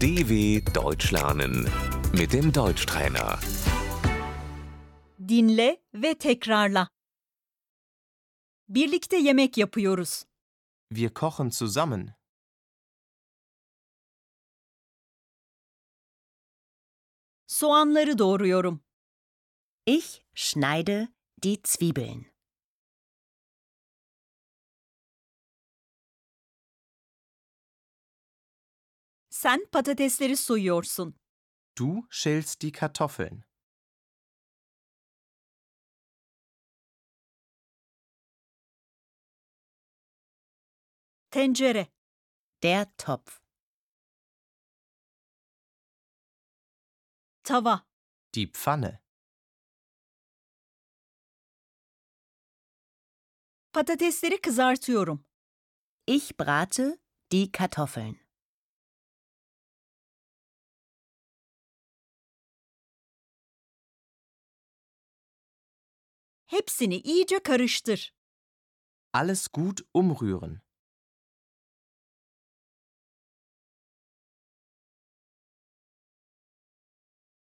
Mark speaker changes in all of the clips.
Speaker 1: DW Deutsch lernen mit dem Deutschtrainer.
Speaker 2: Dinle ve tekrarla. Birlikte yemek yapıyoruz.
Speaker 3: Wir kochen zusammen.
Speaker 2: Soğanları doğruyorum.
Speaker 4: Ich schneide die Zwiebeln.
Speaker 2: Sen patatesleri soyuyorsun.
Speaker 3: Du schälst die Kartoffeln.
Speaker 2: Tencere,
Speaker 4: Der Topf.
Speaker 2: tava,
Speaker 3: Die Pfanne.
Speaker 2: patatesleri kızartıyorum.
Speaker 4: Ich brate die Kartoffeln.
Speaker 2: Hepsini iyice karıştır.
Speaker 3: Alles gut umrühren.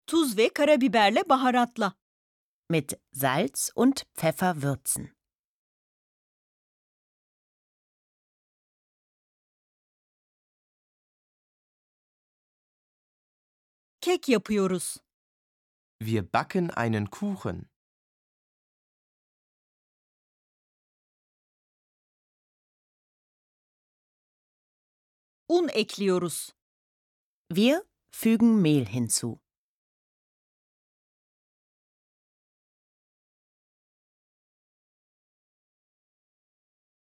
Speaker 2: Tuz ve karabiberle baharatla.
Speaker 4: Mit Salz und Pfeffer würzen.
Speaker 2: Kek yapıyoruz.
Speaker 3: Wir backen einen Kuchen.
Speaker 2: Un ekliyoruz.
Speaker 4: Wir fügen Mehl hinzu.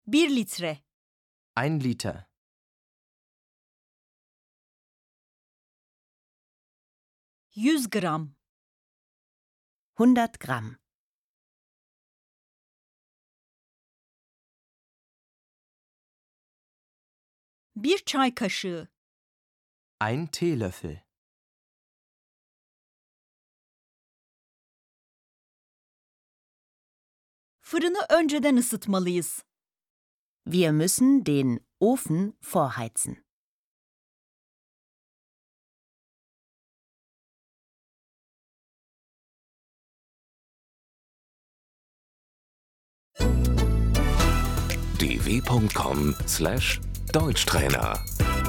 Speaker 2: Bir litre.
Speaker 3: Ein Liter.
Speaker 2: Yüz gram.
Speaker 4: 100 Gramm.
Speaker 2: Bir çay kaşığı.
Speaker 3: Ein Teelöffel.
Speaker 2: Fırını önceden ısıtmalıyız.
Speaker 4: Wir müssen den Ofen vorheizen.
Speaker 1: dw.com/deutschtrainer